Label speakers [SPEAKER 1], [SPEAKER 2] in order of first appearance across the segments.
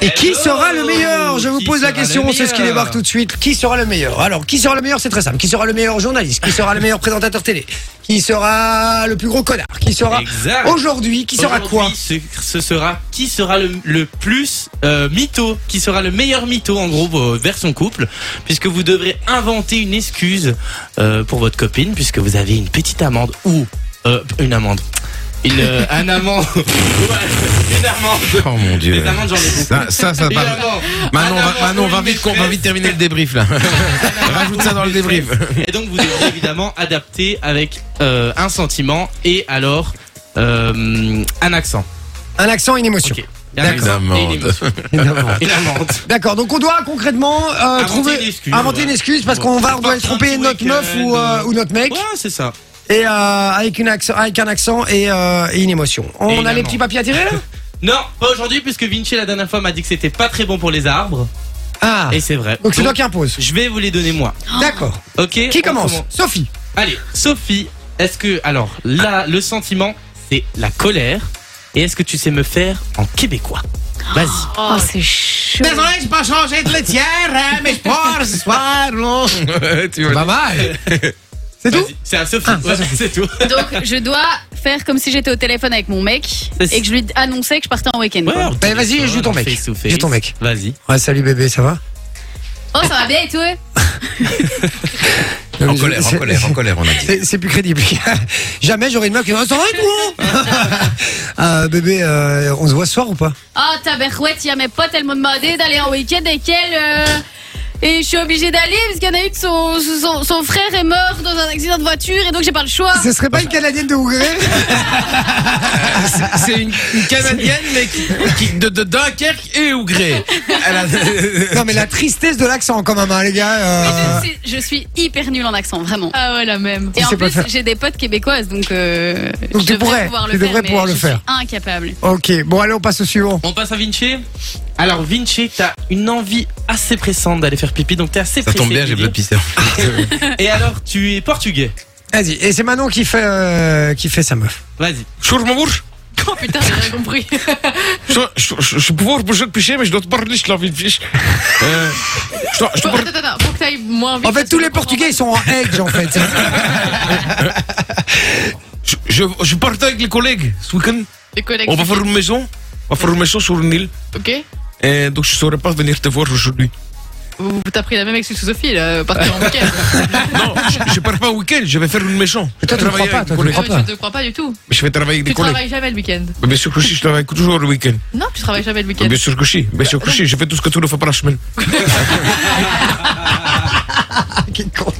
[SPEAKER 1] Et qui sera le meilleur Je vous pose la question, c'est ce qui débarque tout de suite. Qui sera le meilleur Alors, qui sera le meilleur C'est très simple. Qui sera le meilleur journaliste Qui sera le meilleur présentateur télé Qui sera le plus gros connard Qui sera
[SPEAKER 2] Exact.
[SPEAKER 1] aujourd'hui Qui sera quoi
[SPEAKER 2] Aujourd'hui, ce, ce sera qui sera le, le plus euh, mytho, qui sera le meilleur mytho en gros euh, vers son couple, puisque vous devrez inventer une excuse euh, pour votre copine, puisque vous avez une petite amende ou euh, une amende. Il, euh, un amant. Ouais, une amende.
[SPEAKER 3] Oh mon dieu.
[SPEAKER 2] Les amandes, j'en ai beaucoup.
[SPEAKER 3] Ça, ça, ça
[SPEAKER 2] Une
[SPEAKER 3] parle.
[SPEAKER 2] amende.
[SPEAKER 3] Manon,
[SPEAKER 2] Un
[SPEAKER 3] va,
[SPEAKER 2] amant,
[SPEAKER 3] Manon,
[SPEAKER 2] une
[SPEAKER 3] va vite, qu'on va
[SPEAKER 2] maîtresse.
[SPEAKER 3] vite terminer le débrief là. Rajoute ça dans le débrief.
[SPEAKER 2] Et donc vous devez évidemment adapter avec euh, un sentiment et alors euh, un accent.
[SPEAKER 1] Un accent, une émotion.
[SPEAKER 2] Ok. Et un accent
[SPEAKER 3] D'accord.
[SPEAKER 2] et une émotion.
[SPEAKER 1] Évidemment.
[SPEAKER 2] Et l'amende.
[SPEAKER 1] D'accord, donc on doit concrètement euh,
[SPEAKER 2] Inventer
[SPEAKER 1] trouver,
[SPEAKER 2] une excuse,
[SPEAKER 1] inventer
[SPEAKER 2] ouais.
[SPEAKER 1] une excuse parce
[SPEAKER 2] Bon,
[SPEAKER 1] qu'on va,
[SPEAKER 2] faut
[SPEAKER 1] on doit
[SPEAKER 2] pas faire un
[SPEAKER 1] tromper
[SPEAKER 2] truc
[SPEAKER 1] notre meuf
[SPEAKER 2] avec,
[SPEAKER 1] ou, euh,
[SPEAKER 2] euh,
[SPEAKER 1] ou notre mec
[SPEAKER 2] Ouais, c'est ça.
[SPEAKER 1] et euh, avec, une accent, avec un accent et, euh, et une émotion. On
[SPEAKER 2] Et une
[SPEAKER 1] a les
[SPEAKER 2] amende.
[SPEAKER 1] petits papiers à tirer là
[SPEAKER 2] Non, pas aujourd'hui puisque Vinci la dernière fois m'a dit que c'était pas très bon pour les arbres.
[SPEAKER 1] Ah,
[SPEAKER 2] Et c'est vrai.
[SPEAKER 1] donc c'est
[SPEAKER 2] Donc,
[SPEAKER 1] toi qui impose.
[SPEAKER 2] je vais vous les donner moi.
[SPEAKER 1] D'accord.
[SPEAKER 2] Ok.
[SPEAKER 1] Qui
[SPEAKER 2] on
[SPEAKER 1] commence Sophie.
[SPEAKER 2] Allez, Sophie, est-ce que alors
[SPEAKER 1] Ah.
[SPEAKER 2] là le sentiment c'est la colère et est-ce que tu sais me faire en québécois Vas-y.
[SPEAKER 4] Oh,
[SPEAKER 5] Ah,
[SPEAKER 4] c'est chaud.
[SPEAKER 3] j'ai pas changé de laitière, mais je pars ce soir, non. tu vois.
[SPEAKER 1] Pas mal. C'est tout
[SPEAKER 2] Vas-y, C'est à Sophie.
[SPEAKER 1] Ah, c'est à
[SPEAKER 2] Ouais,
[SPEAKER 1] Sophie.
[SPEAKER 2] c'est tout.
[SPEAKER 4] Donc, je dois faire comme si j'étais au téléphone avec mon mec
[SPEAKER 2] C'est-
[SPEAKER 4] et que je lui annonçais que je partais en week-end.
[SPEAKER 2] Ouais,
[SPEAKER 4] quoi.
[SPEAKER 2] on
[SPEAKER 1] Bah, vas-y,
[SPEAKER 2] téléphone,
[SPEAKER 1] joue ton
[SPEAKER 2] on
[SPEAKER 1] mec.
[SPEAKER 2] face to face.
[SPEAKER 1] Joue ton mec.
[SPEAKER 2] Vas-y.
[SPEAKER 1] Ouais, salut bébé, ça va
[SPEAKER 4] Oh, ça va bien et tout ouais
[SPEAKER 3] En colère, en colère, en colère, on a dit.
[SPEAKER 1] C'est c'est plus crédible. Jamais j'aurais une meuf qui va ça va et tout Euh, Bébé, euh, on se voit ce soir ou pas
[SPEAKER 4] Ah, taberouette, il y a mes potes, elles m'ont demandé d'aller en week-end avec elles. euh, et je suis obligée d'aller parce qu'il y en a eu que son, son, son frère est mort dans un accident de voiture et donc j'ai pas le choix.
[SPEAKER 1] Ce serait pas une Canadienne de Hongrie
[SPEAKER 3] C'est une, une Canadienne, mais qui, qui- de, de Dunkerque et Ougré. Elle a-
[SPEAKER 1] Non mais la tristesse de l'accent quand même, hein, les gars.
[SPEAKER 4] Mais
[SPEAKER 1] euh,
[SPEAKER 4] Je, sais- je suis hyper nulle en accent, vraiment.
[SPEAKER 5] Ah ouais, la même.
[SPEAKER 4] Et
[SPEAKER 1] Je
[SPEAKER 4] en
[SPEAKER 1] sais pas
[SPEAKER 4] plus,
[SPEAKER 1] faire.
[SPEAKER 4] j'ai des potes québécoises, donc, euh,
[SPEAKER 1] Donc
[SPEAKER 4] je
[SPEAKER 1] tu
[SPEAKER 4] devrais
[SPEAKER 1] pourrais,
[SPEAKER 4] pouvoir le
[SPEAKER 1] tu
[SPEAKER 4] faire.
[SPEAKER 1] devrais
[SPEAKER 4] mais
[SPEAKER 1] pouvoir le
[SPEAKER 4] je
[SPEAKER 1] faire.
[SPEAKER 4] Suis incapable.
[SPEAKER 1] Ok, bon allez on passe au suivant.
[SPEAKER 2] On passe à Vinci. Alors Vinci, t'as une envie assez pressante d'aller faire pipi, donc t'es assez
[SPEAKER 3] Ça
[SPEAKER 2] pressé.
[SPEAKER 3] tombe bien, j'ai
[SPEAKER 2] Vinci.
[SPEAKER 3] pas de pisteur.
[SPEAKER 2] Et alors, tu es portugais.
[SPEAKER 1] Vas-y, et c'est Manon qui fait euh, qui fait sa meuf.
[SPEAKER 2] Vas-y.
[SPEAKER 5] Oh putain, j'ai rien compris.
[SPEAKER 3] Je, je, je, je peux vous je picher, mais je dois te parler, je l'envie de fiche. Euh, je, dois- je te
[SPEAKER 5] Bon,
[SPEAKER 3] parle-
[SPEAKER 5] attends, attends, pour que t'ailles moins vite.
[SPEAKER 1] En fait
[SPEAKER 5] parce
[SPEAKER 1] tous
[SPEAKER 5] que
[SPEAKER 1] les
[SPEAKER 5] je comprends
[SPEAKER 1] Portugais ils sont en edge en fait.
[SPEAKER 3] je, je, je partais avec les collègues ce week-end.
[SPEAKER 5] pas. Les collègues.
[SPEAKER 3] On va faire une maison. On va faire une maison sur une île.
[SPEAKER 5] Ok.
[SPEAKER 3] Et donc, je saurais pas venir te voir aujourd'hui.
[SPEAKER 5] Vous- T'as pris la même excuse que Sophie, là, euh, partir en week-end.
[SPEAKER 3] Non, je, je pars pas au week-end, je vais faire une maison.
[SPEAKER 1] Mais toi, tu
[SPEAKER 3] Je
[SPEAKER 1] le crois
[SPEAKER 3] vais travailler
[SPEAKER 1] pas, toi,
[SPEAKER 3] avec
[SPEAKER 1] tu
[SPEAKER 3] des
[SPEAKER 1] le
[SPEAKER 3] collègues.
[SPEAKER 1] crois
[SPEAKER 5] Ah
[SPEAKER 1] pas.
[SPEAKER 5] ouais, je ne crois pas du tout.
[SPEAKER 3] Mais je vais travailler avec des
[SPEAKER 5] Tu
[SPEAKER 3] collègues.
[SPEAKER 5] travailles jamais le week-end.
[SPEAKER 3] Mais bien sûr que si, je travaille toujours le week-end.
[SPEAKER 5] Non, tu travailles jamais le week-end.
[SPEAKER 3] Mais Bien sûr que si, bien sûr que si, je fais tout ce que tu ne fais pas la semaine.
[SPEAKER 1] Quel con.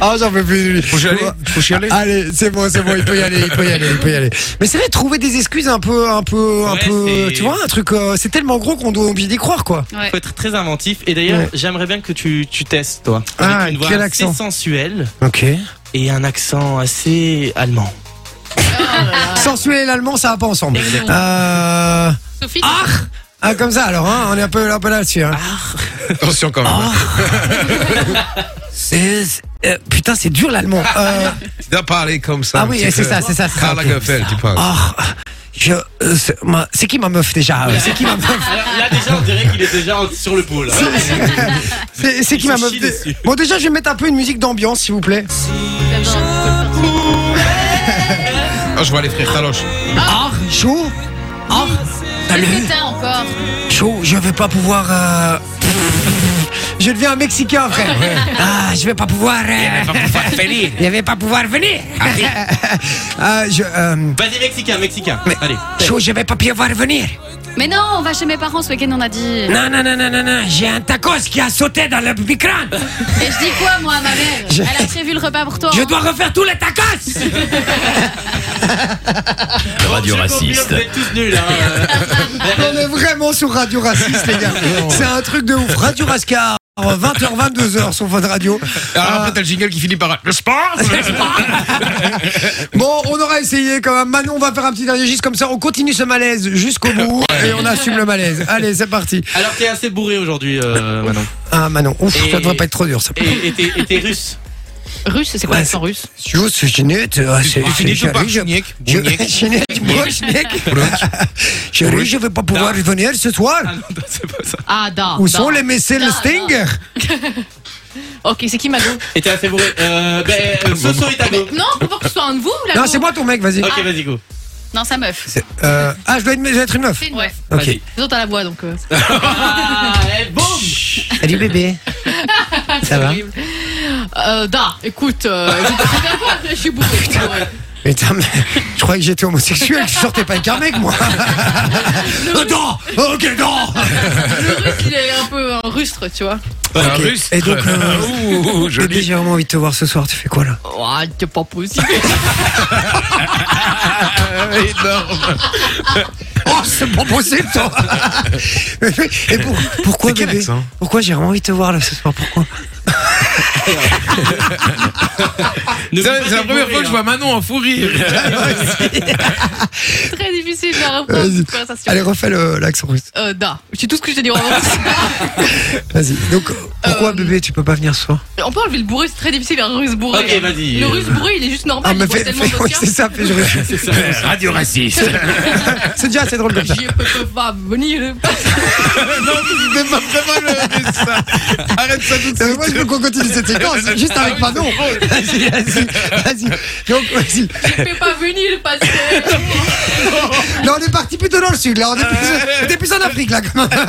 [SPEAKER 1] Ah j'en peux plus. de lui.
[SPEAKER 3] Faut y aller, faut y aller.
[SPEAKER 1] Allez, c'est bon, c'est bon, il peut y aller, il peut y aller, il peut y aller. Mais c'est vrai, trouver des excuses un peu, un peu, un
[SPEAKER 2] Ouais,
[SPEAKER 1] peu,
[SPEAKER 2] c'est-
[SPEAKER 1] tu vois, un truc, euh, c'est tellement gros qu'on doit oublier d'y croire, quoi.
[SPEAKER 4] Ouais.
[SPEAKER 2] Faut être très inventif. Et d'ailleurs,
[SPEAKER 1] Ouais.
[SPEAKER 2] j'aimerais bien que tu, tu testes, toi.
[SPEAKER 1] Ah,
[SPEAKER 2] Avec une voix
[SPEAKER 1] quel
[SPEAKER 2] assez
[SPEAKER 1] accent
[SPEAKER 2] sensuelle
[SPEAKER 1] Ok.
[SPEAKER 2] et un accent assez allemand.
[SPEAKER 1] Sensuel et allemand, ça va pas ensemble.
[SPEAKER 2] Exactement.
[SPEAKER 1] Euh,
[SPEAKER 5] Sophie,
[SPEAKER 1] ah, comme ça, alors, hein, on est un peu, un peu là-dessus, hein.
[SPEAKER 2] Ah.
[SPEAKER 3] Attention quand même.
[SPEAKER 1] Ah. C'est- euh, putain, c'est dur l'allemand. Euh,
[SPEAKER 3] Tu dois parler comme ça.
[SPEAKER 1] ah
[SPEAKER 3] un
[SPEAKER 1] oui,
[SPEAKER 3] petit
[SPEAKER 1] c'est
[SPEAKER 3] peu.
[SPEAKER 1] ça, c'est ça, c'est ça.
[SPEAKER 3] Karl
[SPEAKER 1] ok.
[SPEAKER 3] Lagerfeld, tu parles.
[SPEAKER 1] Ah, je, euh, c'est ma- c'est qui ma meuf déjà euh, C'est qui ma meuf
[SPEAKER 2] Alors, là, déjà, on dirait qu'il est déjà en- sur le hein. pot, là.
[SPEAKER 1] C'est c'est qui
[SPEAKER 2] Je
[SPEAKER 1] ma
[SPEAKER 2] chie
[SPEAKER 1] meuf dé-
[SPEAKER 2] dessus.
[SPEAKER 1] Bon, déjà, je vais mettre un peu une musique d'ambiance, s'il vous plaît.
[SPEAKER 5] j'adore.
[SPEAKER 3] Ah, je vois les frères Taloche.
[SPEAKER 1] Ah, chaud Ah,
[SPEAKER 2] Oh,
[SPEAKER 4] Qu'est-ce
[SPEAKER 1] salut
[SPEAKER 4] que t'as encore
[SPEAKER 1] Chaud, je vais pas pouvoir. euh, Je deviens un Mexicain, frère. Ah, je vais pas pouvoir. euh, Je vais pas pouvoir venir. Ah, je. euh,
[SPEAKER 2] Vas-y, mexicain, mexicain.
[SPEAKER 1] Mais-
[SPEAKER 2] Allez.
[SPEAKER 1] Chaud, je vais pas pouvoir venir.
[SPEAKER 4] Mais non, on va chez mes parents ce week-end, on a dit.
[SPEAKER 1] Non, non, non, non, non, non, j'ai un tacos qui a sauté dans le micro-ondes.
[SPEAKER 4] Et je dis quoi, moi, à ma mère
[SPEAKER 1] Je-
[SPEAKER 4] Elle a prévu le repas pour toi.
[SPEAKER 1] Je
[SPEAKER 4] hein.
[SPEAKER 1] dois refaire tous les tacos
[SPEAKER 2] Radio raciste. Vous êtes tous nuls, hein.
[SPEAKER 1] On est vraiment sur Radio Raciste, les gars. C'est un truc de ouf. Radio Rascar, 20h, 22h sur votre radio.
[SPEAKER 3] Alors Ah,
[SPEAKER 1] Ah.
[SPEAKER 3] après, t'as le jingle qui finit par le sport.
[SPEAKER 1] Bon, on aura essayé quand même. Manon, on va faire un petit dernier giste comme ça. On continue ce malaise jusqu'au bout et on assume le malaise. Allez, c'est parti.
[SPEAKER 2] Alors, t'es assez bourré aujourd'hui, euh, Manon.
[SPEAKER 1] Ah, Manon, ouf,
[SPEAKER 2] Et-
[SPEAKER 1] ça devrait pas être trop dur, ça.
[SPEAKER 2] Et et t'es et t'es russe.
[SPEAKER 5] Russe, c'est quoi
[SPEAKER 1] Ouais,
[SPEAKER 5] l'accent russe
[SPEAKER 1] Yo, c'est Jeannette, euh, c'est
[SPEAKER 3] tu finis
[SPEAKER 1] c'est
[SPEAKER 3] tout par
[SPEAKER 1] Charlie, je-
[SPEAKER 3] Chignac,
[SPEAKER 1] je-
[SPEAKER 3] Bougnac.
[SPEAKER 1] Jeannette, Bougnac. Chérie, je vais pas pouvoir venir ce soir.
[SPEAKER 2] Ah non, c'est pas ça.
[SPEAKER 5] Ah, da.
[SPEAKER 1] Où
[SPEAKER 5] da.
[SPEAKER 1] sont les missiles
[SPEAKER 5] Non,
[SPEAKER 1] Stinger
[SPEAKER 5] Ok, c'est qui Mado
[SPEAKER 2] Et t'as fait bourrer. Euh, ben, euh, Soso et Tago.
[SPEAKER 5] Non, faut pas que ce soit un de vous, là.
[SPEAKER 1] Non, c'est moi ton mec, vas-y.
[SPEAKER 2] Ok, vas-y, go.
[SPEAKER 4] Non, sa meuf.
[SPEAKER 1] C'est- euh, ah, je dois être, je dois être une meuf.
[SPEAKER 5] C'est une ouais.
[SPEAKER 1] Ok.
[SPEAKER 2] Vas-y.
[SPEAKER 5] Les autres à la voix, donc. euh,
[SPEAKER 2] Ah, et boum
[SPEAKER 1] Salut bébé. Ça va
[SPEAKER 5] horrible.
[SPEAKER 1] Ah.
[SPEAKER 5] Euh, da, écoute, euh, je te préviens pas, je suis bourré.
[SPEAKER 1] Putain, mais je croyais que j'étais homosexuel, je sortais pas avec un mec, moi. Euh, non Ok, non
[SPEAKER 5] Le russe, il est un peu un rustre, tu vois.
[SPEAKER 3] Un
[SPEAKER 1] Ok.
[SPEAKER 3] rustre.
[SPEAKER 1] Et donc, euh,
[SPEAKER 3] Ouh, ouh, ouh,
[SPEAKER 1] Bébé,
[SPEAKER 3] joli.
[SPEAKER 1] j'ai vraiment envie de te voir ce soir, tu fais quoi là
[SPEAKER 5] Oh, c'est pas possible.
[SPEAKER 3] Ah, énorme.
[SPEAKER 1] Oh, c'est pas possible, toi Et pour- pourquoi,
[SPEAKER 3] C'est quel
[SPEAKER 1] bébé
[SPEAKER 3] accent
[SPEAKER 1] Pourquoi j'ai vraiment envie de te voir là ce soir Pourquoi
[SPEAKER 2] Ne
[SPEAKER 3] C'est
[SPEAKER 2] fais pas
[SPEAKER 3] c'est la
[SPEAKER 2] tes
[SPEAKER 3] première
[SPEAKER 2] bourrées,
[SPEAKER 3] fois que je vois Manon en fou rire.
[SPEAKER 5] C'est très difficile de reprendre
[SPEAKER 1] Vas-y.
[SPEAKER 5] cette conversation.
[SPEAKER 1] Allez, refais le- l'accent russe.
[SPEAKER 5] Euh, da. Je sais tout ce que je t'ai dit en russe.
[SPEAKER 1] Vas-y. Donc, pourquoi
[SPEAKER 5] Euh,
[SPEAKER 1] bébé, tu peux pas venir ce soir
[SPEAKER 5] On peut enlever le bourré, c'est très difficile, un russe bourré.
[SPEAKER 2] Ok, vas-y.
[SPEAKER 5] Le russe bourré, il est juste normal,
[SPEAKER 1] Ah,
[SPEAKER 5] il
[SPEAKER 1] mais
[SPEAKER 5] boit
[SPEAKER 1] fais,
[SPEAKER 5] tellement
[SPEAKER 1] fais- ouais, c'est
[SPEAKER 5] d'océan.
[SPEAKER 1] ça, fais je-
[SPEAKER 2] C'est ça.
[SPEAKER 3] Radio raciste.
[SPEAKER 1] C'est déjà assez drôle comme ça.
[SPEAKER 5] J'y peux pas venir.
[SPEAKER 3] non, mais c'est pas vraiment le russe, ça. Arrête ça tout de
[SPEAKER 1] Non, mais
[SPEAKER 3] suite. Ah
[SPEAKER 1] moi, je veux qu'on continue cette séquence, juste avec Manon. Vas-y, vas-y, vas-y. Donc, vas-y.
[SPEAKER 5] J'y peux pas venir parce que.
[SPEAKER 1] Là, on est parti plutôt dans le sud, là. On est plus, t'es plus en Afrique, là. quand même.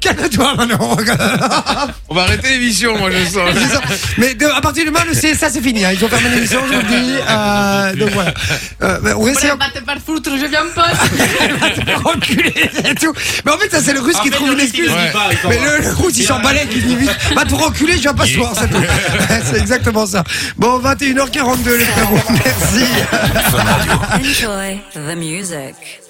[SPEAKER 1] Calme-toi, Manon.
[SPEAKER 3] On va arrêter l'émission, moi, je sens.
[SPEAKER 1] C'est ça. Mais de- à partir de demain, c'est- ça, c'est fini. hein. Ils ont fermé l'émission, je vous le dis. Euh, donc, voilà. Euh, mais on essaie
[SPEAKER 5] Voilà, va te faire foutre, je viens pas.
[SPEAKER 1] enculé et tout. Mais en fait, ça, c'est le russe
[SPEAKER 2] En
[SPEAKER 1] qui
[SPEAKER 2] fait,
[SPEAKER 1] trouve
[SPEAKER 2] le
[SPEAKER 1] une
[SPEAKER 2] russe, il
[SPEAKER 1] excuse.
[SPEAKER 2] le dit pas, il s'en
[SPEAKER 1] Mais
[SPEAKER 2] va.
[SPEAKER 1] le, le russe, il
[SPEAKER 2] Il
[SPEAKER 1] s'en
[SPEAKER 2] a-
[SPEAKER 1] balèque, il dit vite. Va te renculer, je viens pas ce soir, c'est tout. C'est exactement ça. Bon, 21h42, les frérots. Merci.
[SPEAKER 6] Enjoy the music.